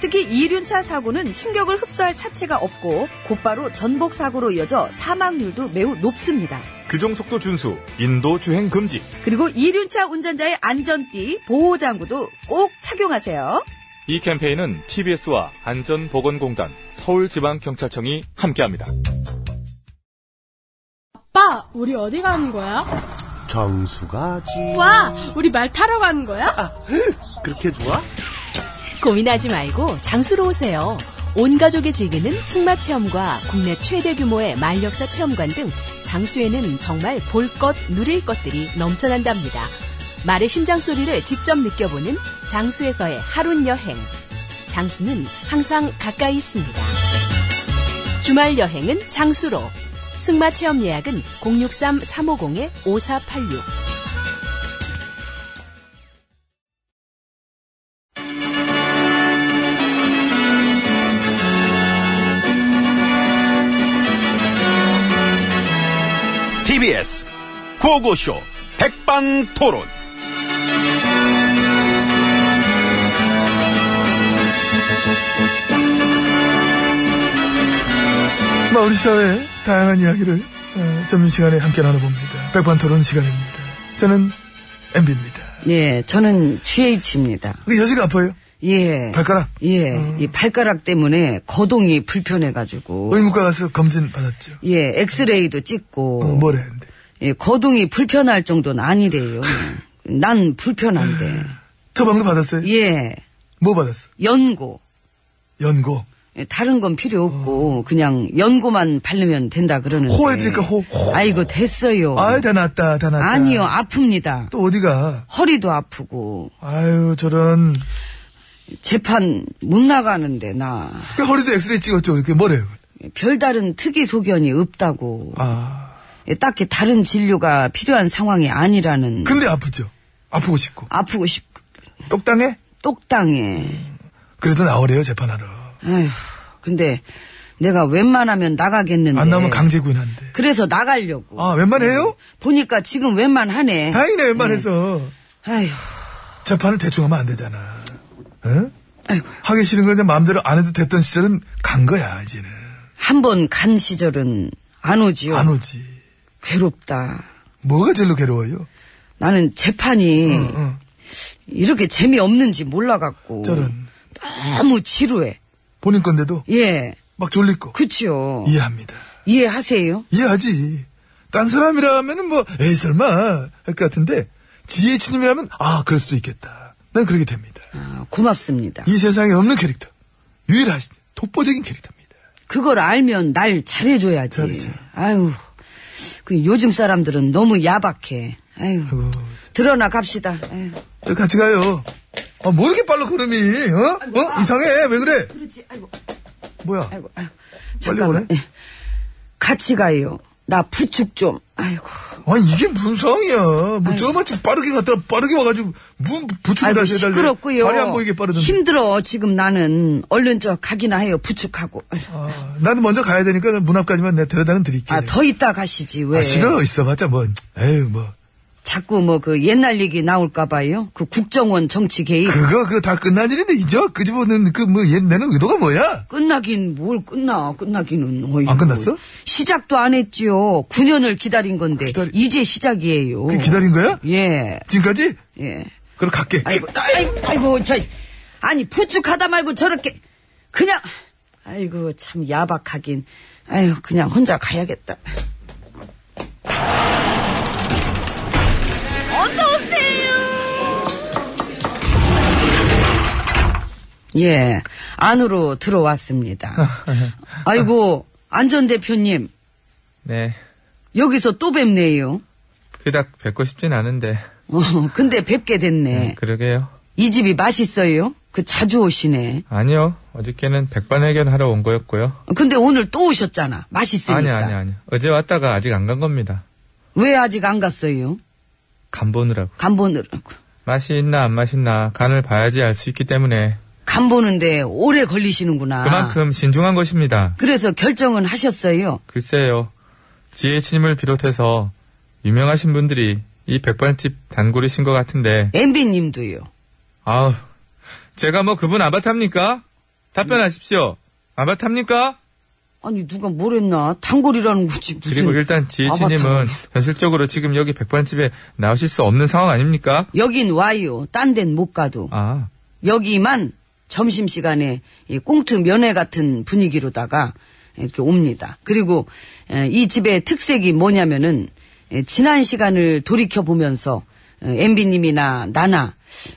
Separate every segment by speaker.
Speaker 1: 특히 이륜차 사고는 충격을 흡수할 차체가 없고 곧바로 전복 사고로 이어져 사망률도 매우 높습니다.
Speaker 2: 규정속도 준수, 인도 주행 금지.
Speaker 1: 그리고 이륜차 운전자의 안전띠, 보호장구도 꼭 착용하세요.
Speaker 2: 이 캠페인은 TBS와 안전보건공단, 서울지방경찰청이 함께합니다.
Speaker 3: 오빠, 우리 어디 가는 거야?
Speaker 4: 정수 가지.
Speaker 3: 와, 우리 말 타러 가는 거야?
Speaker 4: 그렇게 좋아?
Speaker 5: 고민하지 말고 장수로 오세요. 온 가족이 즐기는 승마 체험과 국내 최대 규모의 말역사 체험관 등 장수에는 정말 볼 것, 누릴 것들이 넘쳐난답니다. 말의 심장 소리를 직접 느껴보는 장수에서의 하룬 여행. 장수는 항상 가까이 있습니다. 주말 여행은 장수로. 승마 체험 예약은 063-350-5486.
Speaker 6: TBS 고고쇼 백반토론.
Speaker 7: 마, 뭐 우리 사회의 다양한 이야기를 어, 점심시간에 함께 나눠봅니다. 백반토론 시간입니다. 저는 MB입니다.
Speaker 8: 예, 저는 GH입니다.
Speaker 7: 여지가 아파요?
Speaker 8: 예.
Speaker 7: 발가락?
Speaker 8: 예.
Speaker 7: 음.
Speaker 8: 이 발가락 때문에 거동이 불편해가지고.
Speaker 7: 의무과 가서 검진 받았죠.
Speaker 8: 예, 엑스레이도 찍고.
Speaker 7: 어, 뭐래 근데.
Speaker 8: 예, 거동이 불편할 정도는 아니래요. 난 불편한데.
Speaker 7: 저 방금 받았어요?
Speaker 8: 예,
Speaker 7: 뭐 받았어?
Speaker 8: 연고.
Speaker 7: 연고.
Speaker 8: 예, 다른 건 필요 없고, 그냥 연고만 바르면 된다 그러는데.
Speaker 7: 호해드릴까, 호? 호.
Speaker 8: 예. 아이고, 됐어요.
Speaker 7: 아이, 다 났다, 다 났다.
Speaker 8: 아니요, 아픕니다.
Speaker 7: 또 어디가?
Speaker 8: 허리도 아프고,
Speaker 7: 아유, 저런.
Speaker 8: 재판 못 나가는데, 나.
Speaker 7: 그 허리도 엑스레이 찍었죠. 이렇게 뭐래요?
Speaker 8: 별다른 특이 소견이 없다고.
Speaker 7: 아.
Speaker 8: 예, 딱히 다른 진료가 필요한 상황이 아니라는
Speaker 7: 근데 아프죠? 아프고 싶고.
Speaker 8: 아프고 싶고
Speaker 7: 똑당해?
Speaker 8: 똑당해.
Speaker 7: 그래도 나오래요, 재판하러.
Speaker 8: 아휴, 근데 내가 웬만하면 나가겠는데.
Speaker 7: 안 나오면 강제구인한데.
Speaker 8: 그래서 나가려고.
Speaker 7: 아, 웬만해요?
Speaker 8: 보니까 지금 웬만하네.
Speaker 7: 다행이네, 웬만해서.
Speaker 8: 아휴,
Speaker 7: 음. 재판을 대충 하면 안 되잖아. 응? 하기 싫은 걸 이제 마음대로 안 해도 됐던 시절은 간 거야, 이제는.
Speaker 8: 한 번 간 시절은 안 오지요.
Speaker 7: 안 오지.
Speaker 8: 괴롭다.
Speaker 7: 뭐가 제일로 괴로워요? 어.
Speaker 8: 나는 재판이
Speaker 7: 응.
Speaker 8: 이렇게 재미없는지 몰라갖고.
Speaker 7: 저런.
Speaker 8: 너무 지루해.
Speaker 7: 본인 건데도
Speaker 8: 예,
Speaker 7: 막 졸릴 거.
Speaker 8: 그치요.
Speaker 7: 이해합니다.
Speaker 8: 이해하세요?
Speaker 7: 이해하지. 딴 사람이라면은 뭐, 에이, 설마. 할 것 같은데, 지혜치님이라면, 아, 그럴 수도 있겠다. 난 그렇게 됩니다.
Speaker 8: 아, 고맙습니다.
Speaker 7: 이 세상에 없는 캐릭터. 유일한, 독보적인 캐릭터입니다.
Speaker 8: 그걸 알면 날 잘해줘야지.
Speaker 7: 잘해줘.
Speaker 8: 아유, 그 요즘 사람들은 너무 야박해. 아유,
Speaker 7: 아이고,
Speaker 8: 드러나 갑시다. 아유.
Speaker 7: 저 같이 가요. 아, 뭐 이렇게 빨라, 걸음이, 어? 어? 이상해. 왜 그래?
Speaker 8: 뭐, 아, 그렇지, 아이고,
Speaker 7: 뭐야?
Speaker 8: 아이고, 아유.
Speaker 7: 빨리
Speaker 8: 잠깐만.
Speaker 7: 오네.
Speaker 8: 예. 같이 가요. 나 부축 좀. 아이고,
Speaker 7: 아 이게 무슨 상황이야? 뭐 저마치 빠르게 갔다 가 빠르게 와가지고 문 부축을
Speaker 8: 아이고
Speaker 7: 다시 해달래.
Speaker 8: 시끄럽고요.
Speaker 7: 발이 안 보이게 빠르던데.
Speaker 8: 힘들어 지금 나는 얼른 저 가기나 해요. 부축하고.
Speaker 7: 아, 나는 먼저 가야 되니까 문 앞까지만 내 데려다는 드릴게.
Speaker 8: 아 더 있다 가시지 왜?
Speaker 7: 아, 싫어 있어봤자 뭐 에휴 뭐
Speaker 8: 자꾸 뭐 그 옛날 얘기 나올까 봐요. 그 국정원 정치 개입.
Speaker 7: 그거 그거 다 끝난 일인데 이제 끄집어내는 그뭐 옛내는 의도가 뭐야?
Speaker 8: 끝나긴 뭘 끝나 끝나기는 어이
Speaker 7: 안 끝났어?
Speaker 8: 시작도 안 했지요 9년을 기다린 건데
Speaker 7: 그 기다리-
Speaker 8: 이제 시작이에요
Speaker 7: 그 기다린 거야?
Speaker 8: 예예
Speaker 7: 지금까지? 그럼 갈게.
Speaker 8: 아이고 아이고, 아이고 저 아니 부축하다 말고 저렇게 그냥 아이고 참 야박하긴 아유 그냥 혼자 가야겠다 예 안으로 들어왔습니다 아이고 안전 대표님
Speaker 2: 네,
Speaker 8: 여기서 또 뵙네요
Speaker 2: 그닥 뵙고 싶진 않은데,
Speaker 8: 어, 근데 뵙게 됐네.
Speaker 2: 그러게요.
Speaker 8: 이 집이 맛있어요? 그 자주 오시네.
Speaker 2: 아니요, 어저께는 백반회견하러 온 거였고요.
Speaker 8: 근데 오늘 또 오셨잖아. 맛있으니까.
Speaker 2: 아니, 아니, 아니. 어제 왔다가 아직 안 간 겁니다.
Speaker 8: 왜 아직 안 갔어요?
Speaker 9: 간 보느라고.
Speaker 8: 간 보느라고.
Speaker 9: 맛이 있나 안 맛있나 간을 봐야지 알 수 있기 때문에
Speaker 8: 간 보는데 오래
Speaker 1: 아.
Speaker 8: 걸리시는구나.
Speaker 9: 그만큼 신중한 것입니다.
Speaker 8: 그래서 결정은 하셨어요.
Speaker 9: 글쎄요. GH님을 비롯해서 유명하신 분들이 이 백반집 단골이신 것 같은데
Speaker 8: MB님도요.
Speaker 9: 아우 제가 뭐 그분 아바타입니까? 답변하십시오. 아바타입니까?
Speaker 8: 아니 누가 뭘 했나? 단골이라는 거지 무슨.
Speaker 9: 그리고 일단 GH님은
Speaker 8: 아바타가.
Speaker 9: 현실적으로 지금 여기 백반집에 나오실 수 없는 상황 아닙니까?
Speaker 8: 여긴 와요. 딴 데는 못 가도.
Speaker 9: 아
Speaker 8: 여기만 점심시간에 이 꽁트 면회 같은 분위기로다가 이렇게 옵니다. 그리고 에, 이 집의 특색이 뭐냐면은 에, 지난 시간을 돌이켜 보면서 엠비님이나 나나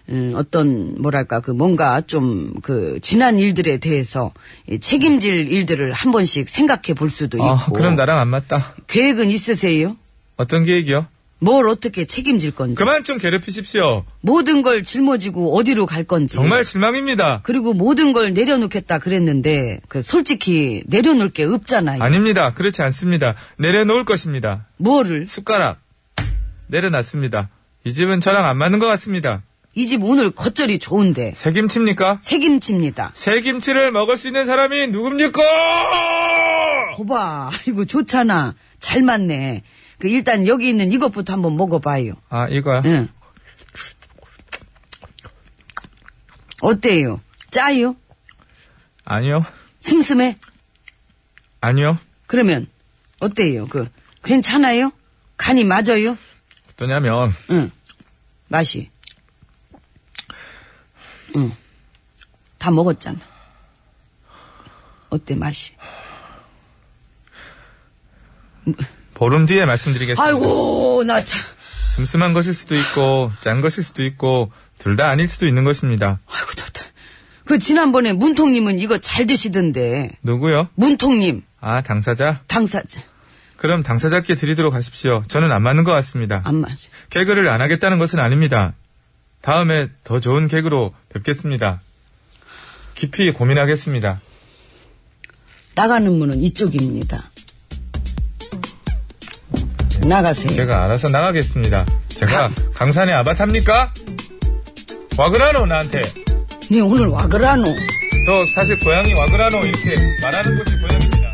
Speaker 8: 음, 어떤 뭐랄까 그 뭔가 좀 그 지난 일들에 대해서 이 책임질 일들을 한 번씩 생각해 볼 수도 있고
Speaker 9: 아, 그럼 나랑 안 맞다.
Speaker 8: 계획은 있으세요?
Speaker 9: 어떤 계획이요?
Speaker 8: 뭘 어떻게 책임질 건지
Speaker 9: 그만 좀 괴롭히십시오.
Speaker 8: 모든 걸 짊어지고 어디로 갈 건지
Speaker 9: 정말 실망입니다.
Speaker 8: 그리고 모든 걸 내려놓겠다 그랬는데 그 솔직히 내려놓을 게 없잖아요.
Speaker 9: 아닙니다. 그렇지 않습니다. 내려놓을 것입니다.
Speaker 8: 뭐를
Speaker 9: 숟가락 내려놨습니다. 이 집은 저랑 안 맞는 것 같습니다.
Speaker 8: 이 집 오늘 겉절이 좋은데
Speaker 9: 새김치입니까?
Speaker 8: 새김치입니다.
Speaker 9: 새김치를 먹을 수 있는 사람이 누굽니까?
Speaker 8: 거봐 이거 좋잖아 잘 맞네. 그 일단 여기 있는 이것부터 한번 먹어봐요. 예.
Speaker 9: 아 이거야.
Speaker 8: 응. 어때요? 짜요?
Speaker 9: 아니요,
Speaker 8: 슴슴해?
Speaker 9: 아니요.
Speaker 8: 그러면 어때요? 그 괜찮아요? 간이 맞아요?
Speaker 9: 어떠냐면
Speaker 8: 응. 맛이. 응. 다 먹었잖아. 어때, 맛이?
Speaker 9: 보름 뒤에 말씀드리겠습니다.
Speaker 8: 아이고, 나 참.
Speaker 9: 슴슴한 것일 수도 있고 짠 것일 수도 있고 둘 다 아닐 수도 있는 것입니다.
Speaker 8: 아이고, 덥다. 그, 지난번에 문통님은 이거 잘 드시던데.
Speaker 9: 누구요?
Speaker 8: 문통님,
Speaker 9: 아 당사자?
Speaker 8: 당사자.
Speaker 9: 그럼 당사자께 드리도록 하십시오. 저는 안 맞는 것 같습니다.
Speaker 8: 안 맞아.
Speaker 9: 개그를 안 하겠다는 것은 아닙니다. 다음에 더 좋은 개그로 뵙겠습니다. 깊이 고민하겠습니다.
Speaker 8: 나가는 문은 이쪽입니다. 나가세요.
Speaker 9: 제가 알아서 나가겠습니다. 제가 강산의 아바타입니까? 와그라노 나한테.
Speaker 8: 네, 오늘 와 그라노.
Speaker 9: 저 사실 고향이 와그라노 이렇게 말하는 곳이 고향입니다.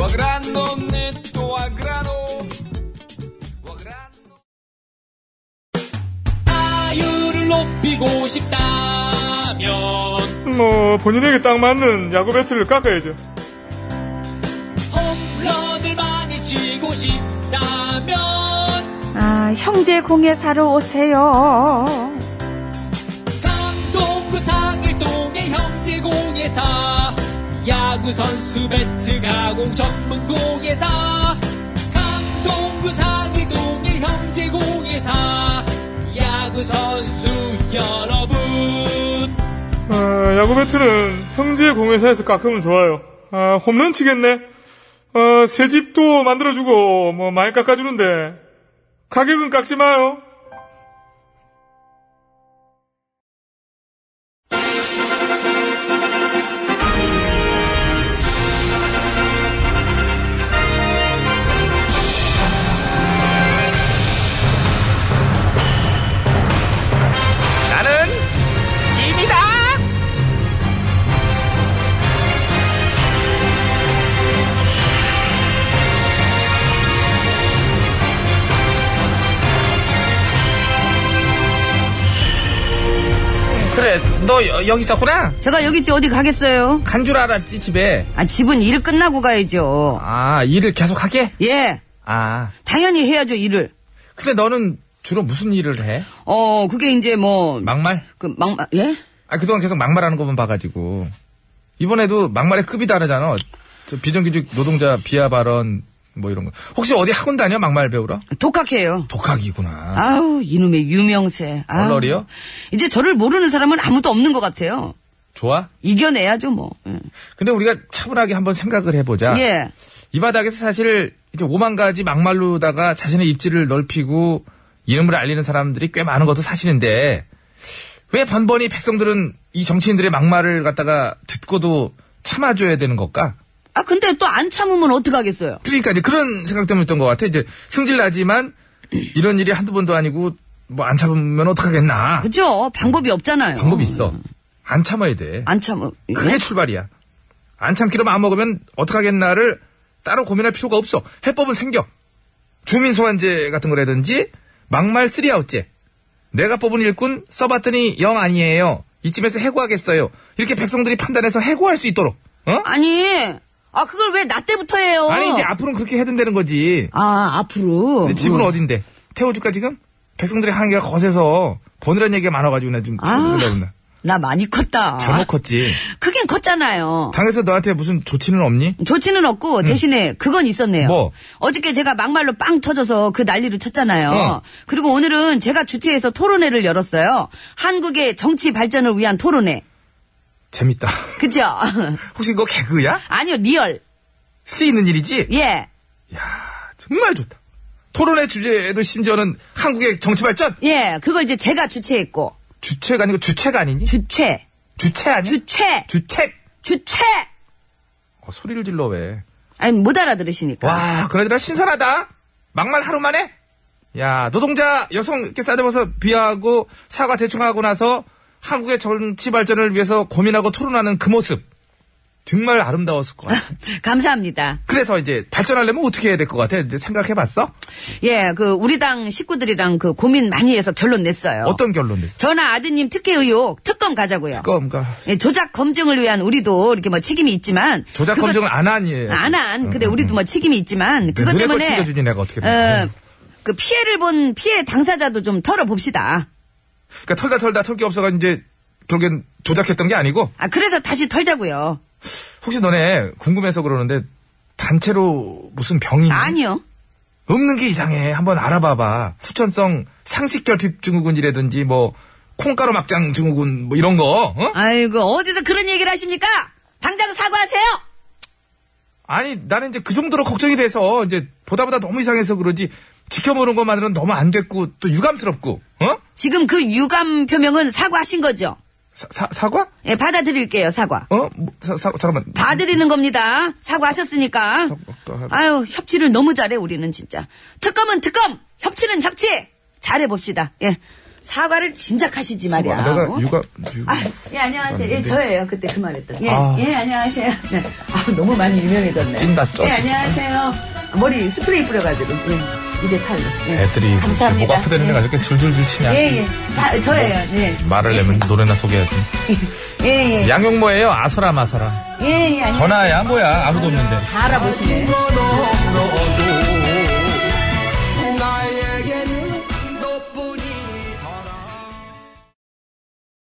Speaker 6: 와그라노 네또 와그라노 와그라노 아유를 높이고 싶다면
Speaker 9: 뭐 본인에게 딱 맞는 야구 배트를 깎아야죠.
Speaker 6: 홈런을 많이 치고 싶다면
Speaker 10: 아, 형제 공예 사러 오세요.
Speaker 6: 강동구 상일동의 형제공예사 야구선수 배트 가공 전문 공예사 강동구 상일동의 형제공예사 야구선수 여러분
Speaker 11: 아, 야구 배트는 형제 공회사에서 깎으면 좋아요. 아, 홈런 치겠네. 아, 새 집도 만들어주고 뭐 많이 깎아주는데 가격은 깎지 마요.
Speaker 6: 나는 짐이다.
Speaker 12: 그래, 너 여, 여기 있었구나?
Speaker 8: 제가 여기 있지 어디 가겠어요?
Speaker 12: 간 줄 알았지, 집에.
Speaker 8: 아, 집은 일 끝나고 가야죠.
Speaker 12: 아, 일을 계속 하게?
Speaker 8: 예,
Speaker 12: 아,
Speaker 8: 당연히 해야죠, 일을.
Speaker 12: 근데 너는 주로 무슨 일을 해?
Speaker 8: 어, 그게 이제 뭐,
Speaker 12: 막말?
Speaker 8: 그, 막, 막, 예?
Speaker 12: 아, 그동안 계속 막말하는 것만 봐가지고. 이번에도 막말의 급이 다르잖아. 저 비정규직 노동자 비하 발언, 뭐 이런 거. 혹시 어디 학원 다녀? 막말 배우러?
Speaker 8: 독학해요.
Speaker 12: 독학이구나.
Speaker 8: 아우, 이놈의 유명세. 아우.
Speaker 12: 얼얼이요?
Speaker 8: 이제 저를 모르는 사람은 아무도 없는 것 같아요.
Speaker 12: 좋아?
Speaker 8: 이겨내야죠, 뭐. 예.
Speaker 12: 근데 우리가 차분하게 한번 생각을 해보자.
Speaker 8: 예.
Speaker 12: 이 바닥에서 사실 이제 오만 가지 막말로다가 자신의 입지를 넓히고 이름을 알리는 사람들이 꽤 많은 것도 사실인데 왜 번번이 백성들은 이 정치인들의 막말을 갖다가 듣고도 참아줘야 되는 걸까?
Speaker 8: 아, 근데 또 안 참으면 어떡하겠어요?
Speaker 9: 그러니까 이제 그런 생각 때문에 했던 것 같아. 이제 승질 나지만 이런 일이 한두 번도 아니고 뭐 안 참으면 어떡하겠나.
Speaker 8: 그죠? 방법이 없잖아요.
Speaker 9: 방법이 있어. 안 참아야 돼.
Speaker 8: 안 예? 참아.
Speaker 9: 그게 출발이야. 안 참기로 마음먹으면 어떡하겠나를 따로 고민할 필요가 없어. 해법은 생겨. 주민소환제 같은 거라든지 막말 쓰리아웃제. 내가 뽑은 일꾼 써봤더니 영 아니에요. 이쯤에서 해고하겠어요. 이렇게 백성들이 판단해서 해고할 수 있도록. 어?
Speaker 8: 아니, 아, 그걸 왜 나 때부터 해요?
Speaker 9: 아니 이제 앞으로는 그렇게 해야 된다는 거지.
Speaker 8: 아 앞으로.
Speaker 9: 근데 집은 어딘데? 태워줄까 지금? 백성들의 항의가 거세서 거느란 얘기가 많아가지고 나좀
Speaker 8: 아.
Speaker 9: 아.
Speaker 8: 나 많이 컸다.
Speaker 9: 잘못 컸지.
Speaker 8: 크긴 컸잖아요.
Speaker 9: 당에서 너한테 무슨 조치는 없니?
Speaker 8: 조치는 없고 대신에 그건
Speaker 9: 음.
Speaker 8: 있었네요.
Speaker 9: 뭐?
Speaker 8: 어저께 제가 막말로 빵 터져서 그 난리를 쳤잖아요.
Speaker 9: 어.
Speaker 8: 그리고 오늘은 제가 주최해서 토론회를 열었어요. 한국의 정치 발전을 위한 토론회.
Speaker 9: 재밌다.
Speaker 8: 그죠?
Speaker 9: 혹시 이거 개그야?
Speaker 8: 아니요, 리얼.
Speaker 9: 쓰이는 일이지?
Speaker 8: 예.
Speaker 9: 정말 좋다. 토론의 주제에도 심지어는 한국의 정치 발전?
Speaker 8: 예, 그걸 이제 제가 주최했고.
Speaker 9: 주체가 아니고 주체가 아니니?
Speaker 8: 주최.
Speaker 9: 주체 아니?
Speaker 8: 주최.
Speaker 9: 주책.
Speaker 8: 주최.
Speaker 9: 어, 소리를 질러 왜?
Speaker 8: 아니, 못 알아들으시니까.
Speaker 9: 와, 그러더라 신선하다. 막말 하루 만에? 야, 노동자 여성 이렇게 싸잡아서 비하하고 사과 대충 하고 나서 한국의 정치 발전을 위해서 고민하고 토론하는 그 모습. 정말 아름다웠을 것 같아.
Speaker 8: 감사합니다.
Speaker 9: 그래서 이제 발전하려면 어떻게 해야 될 것 같아? 이제 생각해봤어?
Speaker 8: 예, 그, 우리 당 식구들이랑 그 고민 많이 해서 결론 냈어요.
Speaker 9: 어떤 결론 냈어?
Speaker 8: 전화 아드님 특혜 의혹 특검 가자고요.
Speaker 9: 그러니까
Speaker 8: 예, 조작 검증을 위한 우리도 이렇게 뭐 책임이 있지만
Speaker 9: 조작
Speaker 8: 그거-
Speaker 9: 검증을 안 음, 하니.
Speaker 8: 안 한. 근데 우리도 뭐 책임이 있지만
Speaker 9: 네,
Speaker 8: 그것
Speaker 9: 눈에 걸
Speaker 8: 때문에
Speaker 9: 챙겨주니 내가 어떻게 보면.
Speaker 8: 어, 그 피해를 본 피해 당사자도 좀 털어봅시다.
Speaker 9: 그러니까 털다 털다 털 게 없어가 이제 결국엔 조작했던 게 아니고
Speaker 8: 아 그래서 다시 털자고요.
Speaker 9: 음. 혹시 너네 궁금해서 그러는데 단체로 무슨 병이 있니?
Speaker 8: 아니요.
Speaker 9: 없는 게 이상해. 한번 알아봐봐. 후천성 상식결핍 증후군이라든지 뭐 콩가루 막장 증후군 뭐 이런 거. 어?
Speaker 8: 아이고 어디서 그런 얘기를 하십니까? 당장 사과하세요.
Speaker 9: 아니 나는 이제 그 정도로 걱정이 돼서 이제 보다 보다 너무 이상해서 그러지 지켜보는 것만으로는 너무 안 됐고 또 유감스럽고. 어?
Speaker 8: 지금 그 유감 표명은 사과하신 거죠?
Speaker 9: 사, 사, 사과?
Speaker 8: 예, 받아들일게요 사과.
Speaker 9: 어? 뭐, 사, 사, 잠깐만.
Speaker 8: 봐드리는 겁니다. 사과하셨으니까. 아유, 협치를 너무 잘해, 우리는 진짜. 특검은 특검! 협치는 협치! 잘해봅시다. 예. 사과를 진작하시지 말이야.
Speaker 9: 내가
Speaker 8: 어?
Speaker 9: 유감 유-
Speaker 8: 아, 예, 안녕하세요. 예, 저예요. 그때 그 말했던. 예,
Speaker 9: 아.
Speaker 8: 예, 안녕하세요. 네. 아, 너무 많이 유명해졌네.
Speaker 9: 찐다, 쪄,
Speaker 8: 예,
Speaker 9: 진짜.
Speaker 8: 안녕하세요. 머리 스프레이 뿌려가지고. 예, 입에 팔로. 예.
Speaker 9: 그
Speaker 2: 애들이
Speaker 8: 감사합니다.
Speaker 2: 목 아프다는 애가 이렇게 줄줄줄 치냐.
Speaker 8: 예, 예. 아, 저예요. 예.
Speaker 2: 말을 내면 노래나 소개하지.
Speaker 8: 예, 예.
Speaker 2: 양용모예요. 아서라 마서라.
Speaker 8: 예, 예. 안녕하세요.
Speaker 2: 전화야 뭐야 아무도 없는데.
Speaker 8: 다 알아보시네.